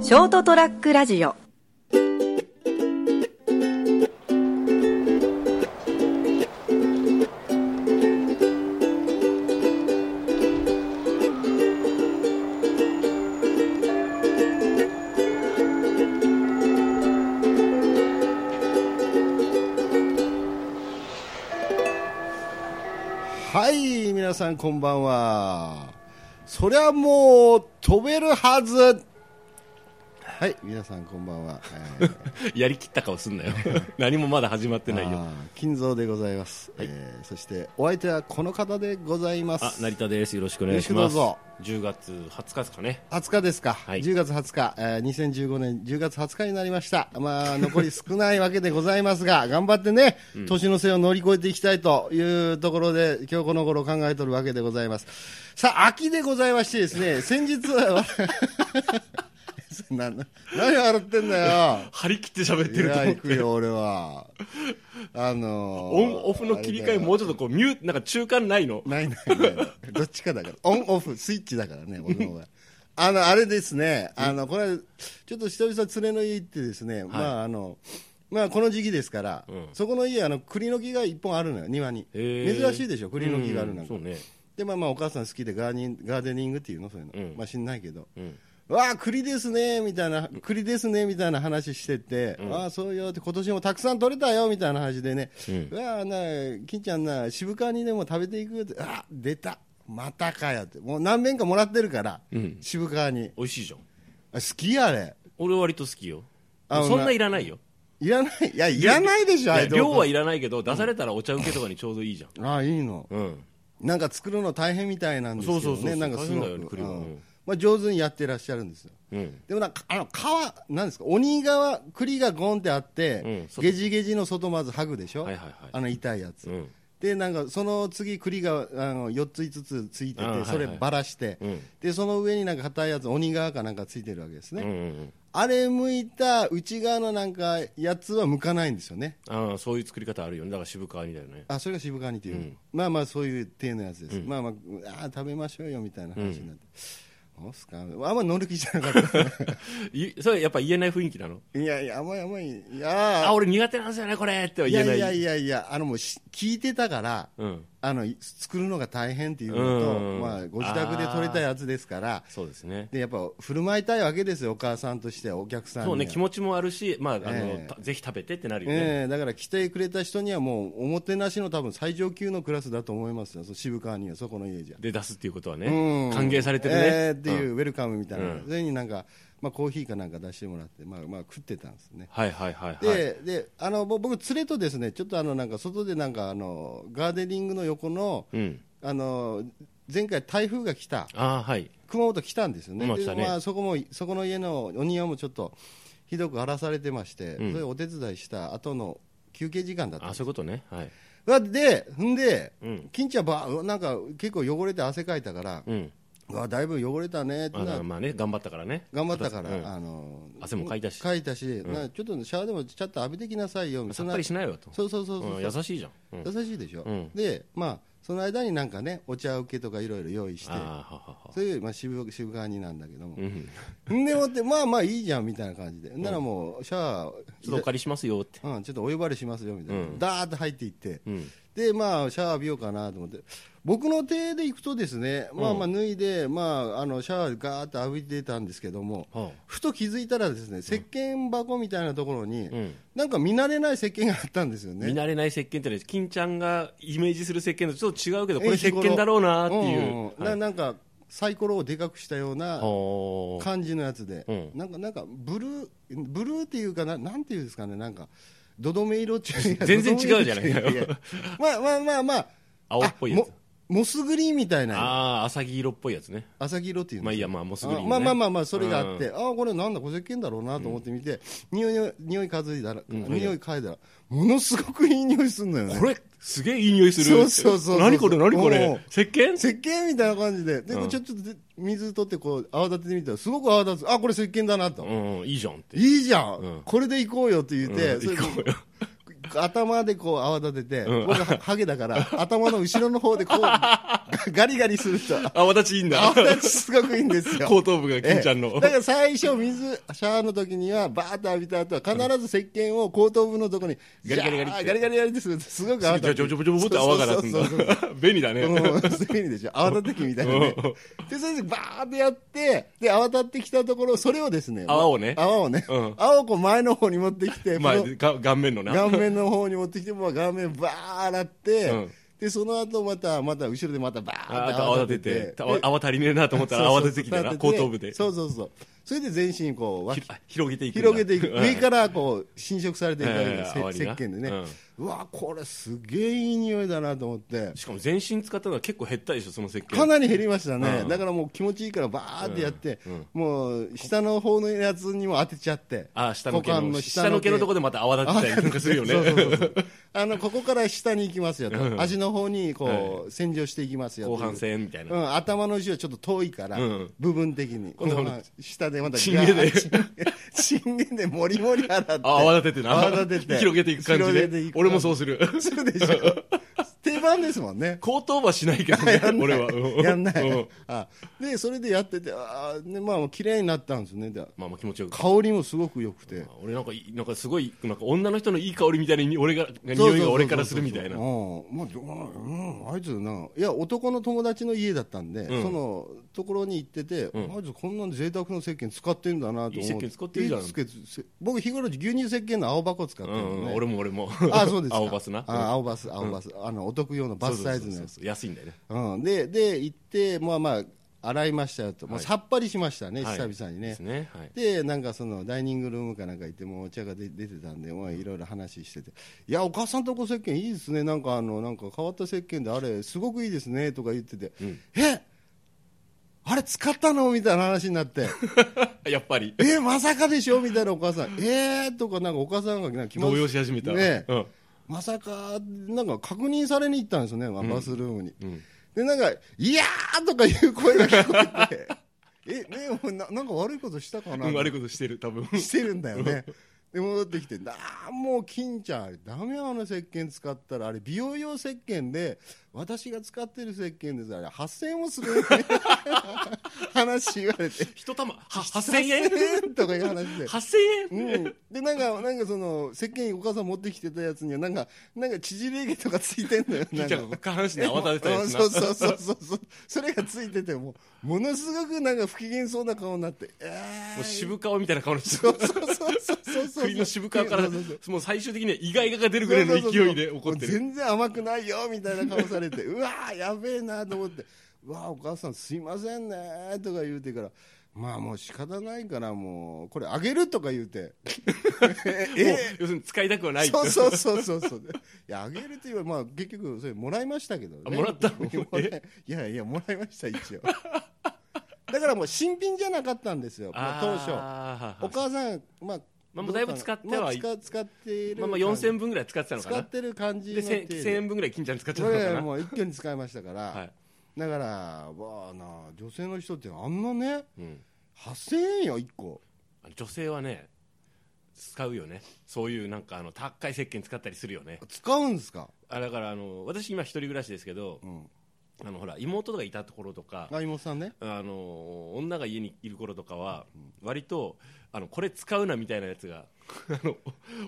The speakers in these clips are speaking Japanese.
ショートトラックラジオはい皆さんこんばんはそりゃもう飛べるはずはい皆さんこんばんは、えーやりきった顔すん なよ何もまだ始まって ないよあー金蔵でございます、えーそしてお相手はこの方でございますあ成田ですよろしくお願いしよろましすくど10月20日ですかね20日ですか、い10月20日、えー2015年10月20日になりました、まあ、残り少ないわけでございますが、 頑張ってね、年の瀬を乗り越えていきたいというところで、今日この頃考えとるわけでございます。さあ、秋でございましてです ね、先日は、 なな何笑ってんだ よ。張り切って喋っいてるとや、思っ行くてよ、俺は。あのーオンオフの切り替えもうちょっとこうミューなんか中間ないのないないないないどっちかだからオンオフスイッチだから ね俺の方があのあれですねあのこれちょっと久々連れの家行ってですね、まああのまあこの時期ですから、うんそこの家あの栗の木が一本あるのよ庭にへー珍しいでしょ栗の木があるなんか、うんそうねでまあまあお母さん好きでガーニンガーデニングっていうのそういうの、うんまあ知んないけど、うんわあ、栗ですね、みたいな、栗ですね、みたいな話してて、ああ、そうよって、今年もたくさん取れたよ、みたいな話でね、うわあ、な、金ちゃんな、渋川にでも食べていくって、ああ、出た、またかよって、もう何遍かもらってるから、渋川に。美味しいじゃんあ好きや、あれ。俺割と好きよあそんないらないよいらない、いや、いらないでしょ、あれ。量はいいらないけど出されたらお茶受けとかにちょうどいいじゃんああ、いいの。うんなんか作るの大変みたいなんですけどね、そうそうそうそうなんかすご大変だよく、栗はうんうんまあ、上手にやってらっしゃるんですよ。うんでもなんか、あの、皮、なんですか、鬼側、栗がゴンってあって、うん外ゲジゲジの外まず剥ぐでしょ、はいはいはいあの痛いやつ。うんで、なんか、その次、栗があの4つ、5つついてあーはいはて、いそればらして、うんで、その上になんか硬いやつ、鬼側かなんかついてるわけですうね。んうんあれ、剥いた内側のなんかやつは剥かないんですよね。ああそういう作り方あるよねだから渋川みたいなねあそれが渋川煮っていう、まあまあそういう体のやつです、まあまああー食べましょうよみたいな話になって、そうっすかあんま乗る気じゃなかったですねいそれやっぱ言えない雰囲気なのいやいや甘い甘いいやーあ俺苦手なんですよねこれってはい言やえないいやいやいやあのもうし聞いてたから、うんあのい作るのが大変っていうのと、うんまあ、ご自宅で取れたやつですからそうですねでやっぱ振る舞いたいわけですよお母さんとしてはお客さんにそはうね、気持ちもあるし、まあ、あの、ええたぜひ食べてってなるよね。ええだから来てくれた人にはもうおもてなしの多分最上級のクラスだと思いますよそう渋川にはそこの家じゃで、出すっていうことはね、うん歓迎されてるね。えーっていう、ウェルカムみたいな、うんそれになんか、まあ、コーヒーかなんか出してもらって、まあまあ、食ってたんですね。はいはいはいで,、はい。であのぼ僕、連れとですねちょっとあのなんか外でなんかあのガーデニングの横の,、うん。あの前回、台風が来た、ああ、はい。熊本来たんですよね、まあで来たねまあ、そこもそこの家のお庭もちょっとひどく荒らされてまして、それお手伝いした後の休憩時間だったんあですそういうことね。はい。わで、んで、うん金ちゃんば、なんか結構汚れて汗かいたから、うん。うわだいぶ汚れたねってあだかならまあね、頑張ったからね。頑張ったから、うんあの汗もかいたしかいたし、なちょっとシャワーでもちょっと浴びてきなさいよみたさいっなぱりしないわと。そうそうそうそう、うん優しいじゃん。うん優しいでしょ、うんでまあその間になんかねお茶受けとかいろいろ用意してああ、ははは。そういう、まあ、渋渋川になんだけどもう、ん。ん、でもってまあまあいいじゃんみたいな感じで、ならもうシャワーちょっとお借りしますよって。うん、ちょっとお呼ばれしますよみたいな、うんダーッと入っていって、うん。でまあシャワー浴びようかなと思って僕の手で行くとですねまあまあ脱いで、まあ、あのシャワーガーッと浴びてたんですけどもはふと気づいたらですね石鹸箱みたいなところに、あ。うん。なんか見慣れない石鹸があったんですよね見慣れない石鹸ってね、金ちゃんがイメージする石鹸とちょっと違うけど、これえ石日頃鹸だろうなっていんう。んんはいななんかサイコロをでかくしたようなおー感じのやつで、うんなんかなんかブルーブルーっていうかななんていうんですかねなんかどどめ色っていうか全然違うじゃないどどめ色 ってうかやまあまあまあまあ青っぽいやつあ。モモスグリーンみたいなああ、浅木色っぽいやつね。朝黄色っていうのまあいいやまあモスグリーンねまあまあまあまあそれがあって、ああこれなんだこれ石鹸だろうなと思って見て、匂いを匂い数えたら、匂い嗅いだらものすごくいい匂いするんだよねこれ、すげえいい匂いする。そうそうそうそう何これ、何こおれう。石鹸石鹸みたいな感じでで、うんちょっとで水取ってこう泡立ててみたらすごく泡立つあこれ石鹸だなと、うん、いいじゃんって。いいじゃん、うんこれで行こうよって言って、うんそれで行こうよ頭でこう泡立てて、うん僕はハゲだから、頭の後ろの方でこう、 ガガリガリすると、泡立ちいいんだ泡。立ちすごくいいんですよ。後頭部が金ちゃんのええ。だから最初水シャワーの時にはバーッと浴びた後は必ず石鹸を後頭部のとこにガリガリガリってジャーガリガリガリってするとすごくじ泡ゃ立じゃて ちょぼちょぼちょぼって泡が立つんだそうそうそうそう。便利だね。うん、すぐにでしょ泡立ってきみたいなねでそれでバーってやってで泡立ってきたところそれをですね泡をね泡をね、うん泡をこう前の方に持ってきて、まあこのが顔面のな。顔面の方に持ってきてもう顔面バー洗って、うんでその後またまた後ろでまたバーあって泡と泡立立てててて、泡泡足りねえなと思ったら泡立ててきてな、後頭部で。そうそうそうそれで全身にこうわきひあ広げていくんだ。広げていく上からこう侵食されていくわけええです、せ泡に石な鹸でね、うわこれすげえいい匂いだなと思ってしかも全身使ったのは結構減ったでしょ、その石鹸。かなり減りましたね、うんだからもう気持ちいいからバーってやって、うんうんもう下の方のやつにも当てちゃって、あ下の毛股間のの下の毛のとこでまた泡立ってたりなんかするよねそうそうそうそうあのここから下に行きますよと、うん足の方にこう洗浄していきますよとい う後半戦みたいうな、ん、頭の後ろちょっと遠いから、うん部分的に今度は後半下でまたチンゲガでーッ チンゲチンゲでもりもり洗ってあ泡立ててな泡立てて広げていく感じ広げでていく俺もそうするするでしょ定番ですもんね後頭部はしないけどね やんない俺はうやんなういあでそれでやっててあーでまあ綺麗になったんですねでまあまあ気持ちよく香りもすごく良くて俺なんかいなんかすごいなんか女の人のいい香りみたいに俺が匂いが俺からするみたいなそうそうそうそううんまあどううんあいつないや男の友達の家だったんで、うんそのところに行ってて、んあいつこんな贅沢の石鹸使ってんだなと思っていい石鹸使ってるじゃんいい石鹸僕日頃牛乳石鹸の青箱使ってうるのんうんね、俺も俺もあそうですか青バスなあ青バス青バス、あのお得用のバスサイズのやつそうそうそうそう安いんだよねうん、でで行って、まあまあ、洗いましたよと、もうはいさっぱりしましたね、はい久々にでねす。ねはいでなんかそのダイニングルームかなんか行ってもうお茶が出出てたんで、まあ、いろいろ話してて「いやお母さんとこ石鹸いいですねなんかあのなんか変わった石鹸であれすごくいいですね」とか言ってて「えあれ使ったの?」みたいな話になってやっぱり「えまさかでしょ?」みたいなお母さん「えー」とかなんかお母さんがなんか気まず動揺し始めたねうんまさかなんか確認されに行ったんですよね、まあバスルームに。うんで、なんか、いやーとかいう声が聞こえて、 え、ねお前な、なんか悪いことしたかな、うん悪いことしてる 多分 してるんだよね。で、戻ってきて、なあ、もう、金ちゃん、あれ、ダメよ、あの石鹸使ったら、あれ、美容用石鹸で、私が使ってる石鹸です、あれ、8000円もするよね 話言われて、一玉は8000円円とかいう話で。 8000円うん、でなんか、なんかその、石鹸お母さん持ってきてたやつには、なんか、なんか縮れ毛とかついてん だよ、なんじゃかあ下半身で泡立てたやつなうんそうそうそうそうそうそれがついててもものすごくなんか不機嫌そうな顔になってえもう渋顔みたいな顔の人そうそうそうそうそうそう栗の渋川からそうそうそうもう最終的には意外が出るぐらいの勢いで怒もってうる全然甘くないよみたいな顔されてうわーやべえなと思ってうわーお母さんすいませんねとか言うてからまあもう仕方ないからもうこれあげるとか言う てもう要するに使いたくはないそうそうそうそうそういやあげるというまあ結局それもらいましたけど、あね、もらったのもらいいやいやもらいました一応だからもう新品じゃなかったんですよ、まあ、当初あーお母さんまあどまあもうかだないぶ使ってはいまあ使使ってるまあまあ4000分ぐらい使ってたのか使なってる感じでの手 1000, 1000円分ぐらい金ちゃん使っちゃこったのれかはなもう一挙に使いましたから、はいだからわあな女性の人ってあんなねうん8000円よ1個女性はね使うよねそういうなんかあの高い石鹸使ったりするよね使うんですか、あだからあの私今一人暮らしですけどうん、あのほら妹がいたところとかあ妹さんねあの女が家にいる頃とかは割とあのこれ使うなみたいなやつが あの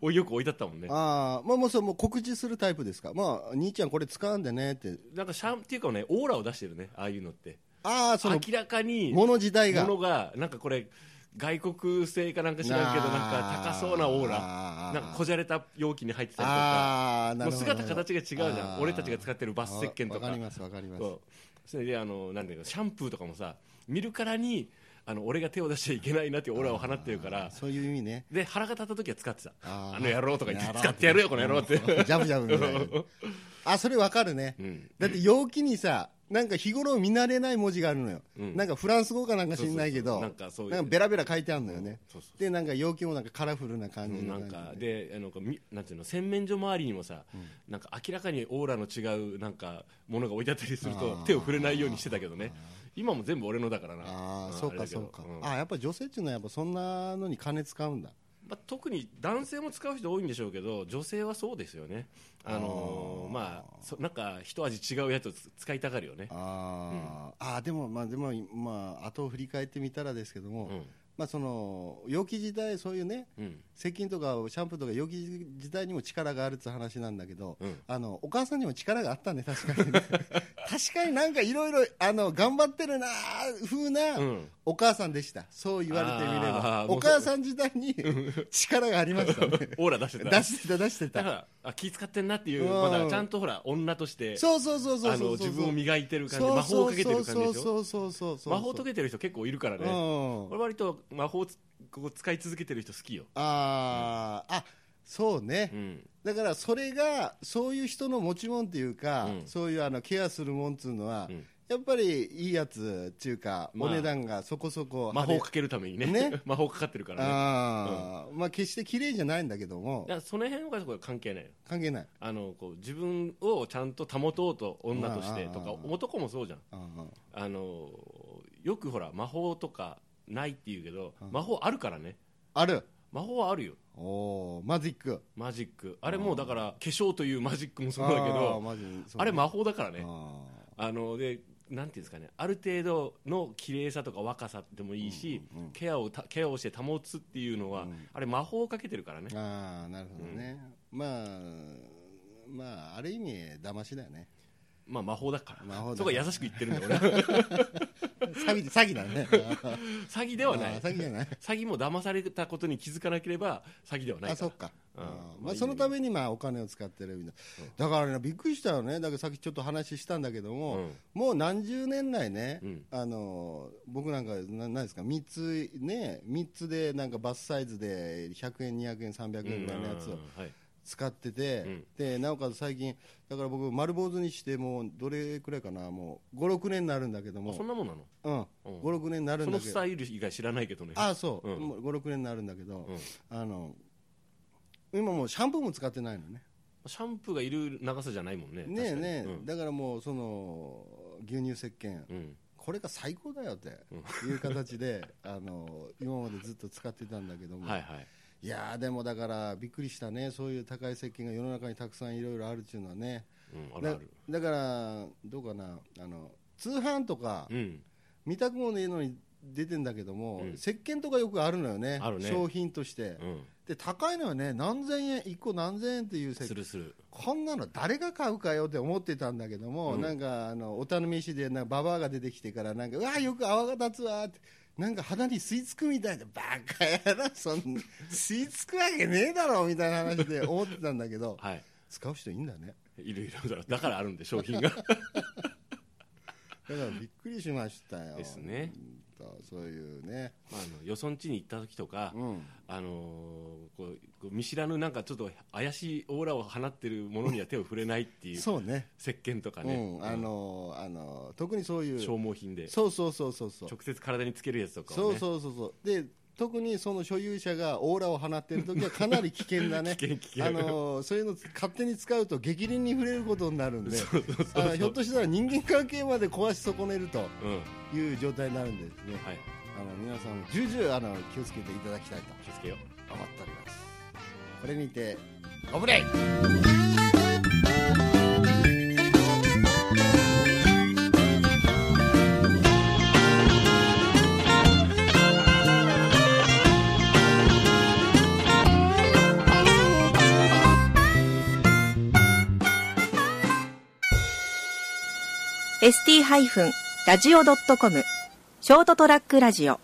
およく置いてあったもんねああまあもうそうもう告知するタイプですかまあ兄ちゃんこれ使うんでねってなんかシャンっていうかねオーラを出してるねああいうのってああその明らかに物自体が物がなんかこれ外国製かなんか知らんけどなんか高そうなオーララなんかこじゃれた容器に入ってたりとかあーなもうるほど姿形が違うじゃあんー俺たちが使ってるバス石鹸とわかかりますわかりますそうそれであのなんていうのシャンプーとかもさ見るからにあの俺が手を出しちゃいけないなっていうオーラを放ってるからそういう意味ねで腹が立った時は使ってたああーの野郎とか言っやてろう使ってやるよこの野郎って、ジャブジャブみたいな あそれわかる ね、うんだって容器にさなんか日頃見慣れない文字があるのよ、うんなんかフランス語かなんか知んないけどそうそうそうなんかそういうベラベラ書いてあるのよね、そうそうでなんか容器もなんかカラフルな感じのな感んじでかであのこうみなんていうの洗面所周りにもさ、なんか明らかにオーラの違うなんかものが置いてあったりするとあー手を触れないようにしてたけどね今も全部俺のだからなあんあそうれかだけどそうか、んあやっぱ女性っていうのはやっぱそんなのに金使うんだまあ、特に男性も使う人多いんでしょうけど女性はそうですよねあのーまあそなんか一味違うやつをつ使いたがるよねあー、あーでもまあでもまあ後を振り返ってみたらですけども、うんまあその陽気時代そういうねうん石鹸とかシャンプーとか陽気時代にも力があるって話なんだけど、うんあのお母さんにも力があったね確かにね確かになんかいろいろあの頑張ってるなー風な、うんお母さんでしたそう言われてみればあーもうお母さん時代に力がありましたねオーラ出してた出してた出してだかたらあ気使ってんなっていううんまだちゃんとほら女としてそうそうそうそうあそのうそう自分を磨いてる感じそう魔法をかけてる感じでしょそうそうそうそうそう魔法を解けてる人結構いるからうねん俺割と魔法をつここ使い続けてる人好きよあーあそうね、うんだからそれがそういう人の持ち物っていうか、うんそういうあのケアするもんっていうのは、うんやっぱりいいやつっていうか、まあお値段がそこそこ魔法をかけるためにねね 魔法かかってるからねあー、まあ決して綺麗じゃないんだけどもだからその辺はこれ関係ないよ関係ないあのこう自分をちゃんと保とうと女としてとあかあああ男もそうじゃんあーあのよくほら魔法とかないっていうけど魔法あるからねある魔法はあるよおーマジックマジックあれもうだから化粧というマジックもそうだけあーどマジそうあれ魔法だからあねあのでなんていうんですかねある程度の綺麗さとか若さでもいいし、ケアをたケアをして保つっていうのは、あれ魔法をかけてるからねーあーなるほどね、まあまあある意味騙しだよねまあ魔法だから魔法だそこは優しく言ってるんだよ俺詐欺詐欺だね 詐 欺ではなあいー詐欺じゃない詐欺も騙されたことに気づかなければ詐欺ではないあかそらっか、うんうんままああ、いいそのためにまあお金を使ってるみたいな、だからねびっくりしたよねだけどさっきちょっと話したんだけども、うんもう何十年来ね、うんあの僕なんかななんですか3つね三つでなんかバスサイズで100円200円300円ぐらいのやつをはい、使ってて、うんでなおかつ最近だから僕丸坊主にしてもうどれくらいかなもう56年になるんだけどあそんも、なもんなのうん、うん56年になるそんだのけスどタイル以外知らないけどねあそう、うんもう56年になるんだけど、うんあの今もうシャンプーも使ってないのねシャンプーがいる長さじゃないもんねねえねえ、確かにだからもうその牛乳石鹸うんうんこれが最高だよっていう形で、 あの今までずっと使ってたんだけども、はいい、はいやーでもだからびっくりしたねそういう高い石鹸が世の中にたくさんいろいろあるっていうのはねうんあるあるだだからどうかなあの通販とかうん見たくもねえのに出てんだけども、うん石鹸とかよくあるのよねあるね商品として、うんで高いのはね何千円1個何千円っていう石するするこんなの誰が買うかよって思ってたんだけども、うんなんかあのお頼みしでなんかババアが出てきてからなんかうわよく泡が立つわってなんか肌に吸い付くみたいなバカやなそんな吸い付くわけねえだろみたいな話で思ってたんだけ どはい使う人いいんだねいるいるだからだからあるんで商 品がだからびっくりしましたよですねうんとそういうねまああのよそんちに行った時とかうんあのーこうこう見知らぬなんかちょっと怪しいオーラを放ってるものには手を触れないっていう石そうね鹸とかうねんあのあの特にそういう消耗品でそうそうそうそうそう直接体につけるやつとかそをうねそうそうそうで特にその所有者がオーラを放っている時はかなり危険だね 危険危険あのーそういうの勝手に使うと逆鱗に触れることになるん であのひょっとしたら人間関係まで壊し損ねるとうんはいう状態になるんでですね、いあの皆さんも重々あの気をつけていただきたいと気をつけよう思っておりますこれにて危ないー ST-radio.com ショートトラックラジオ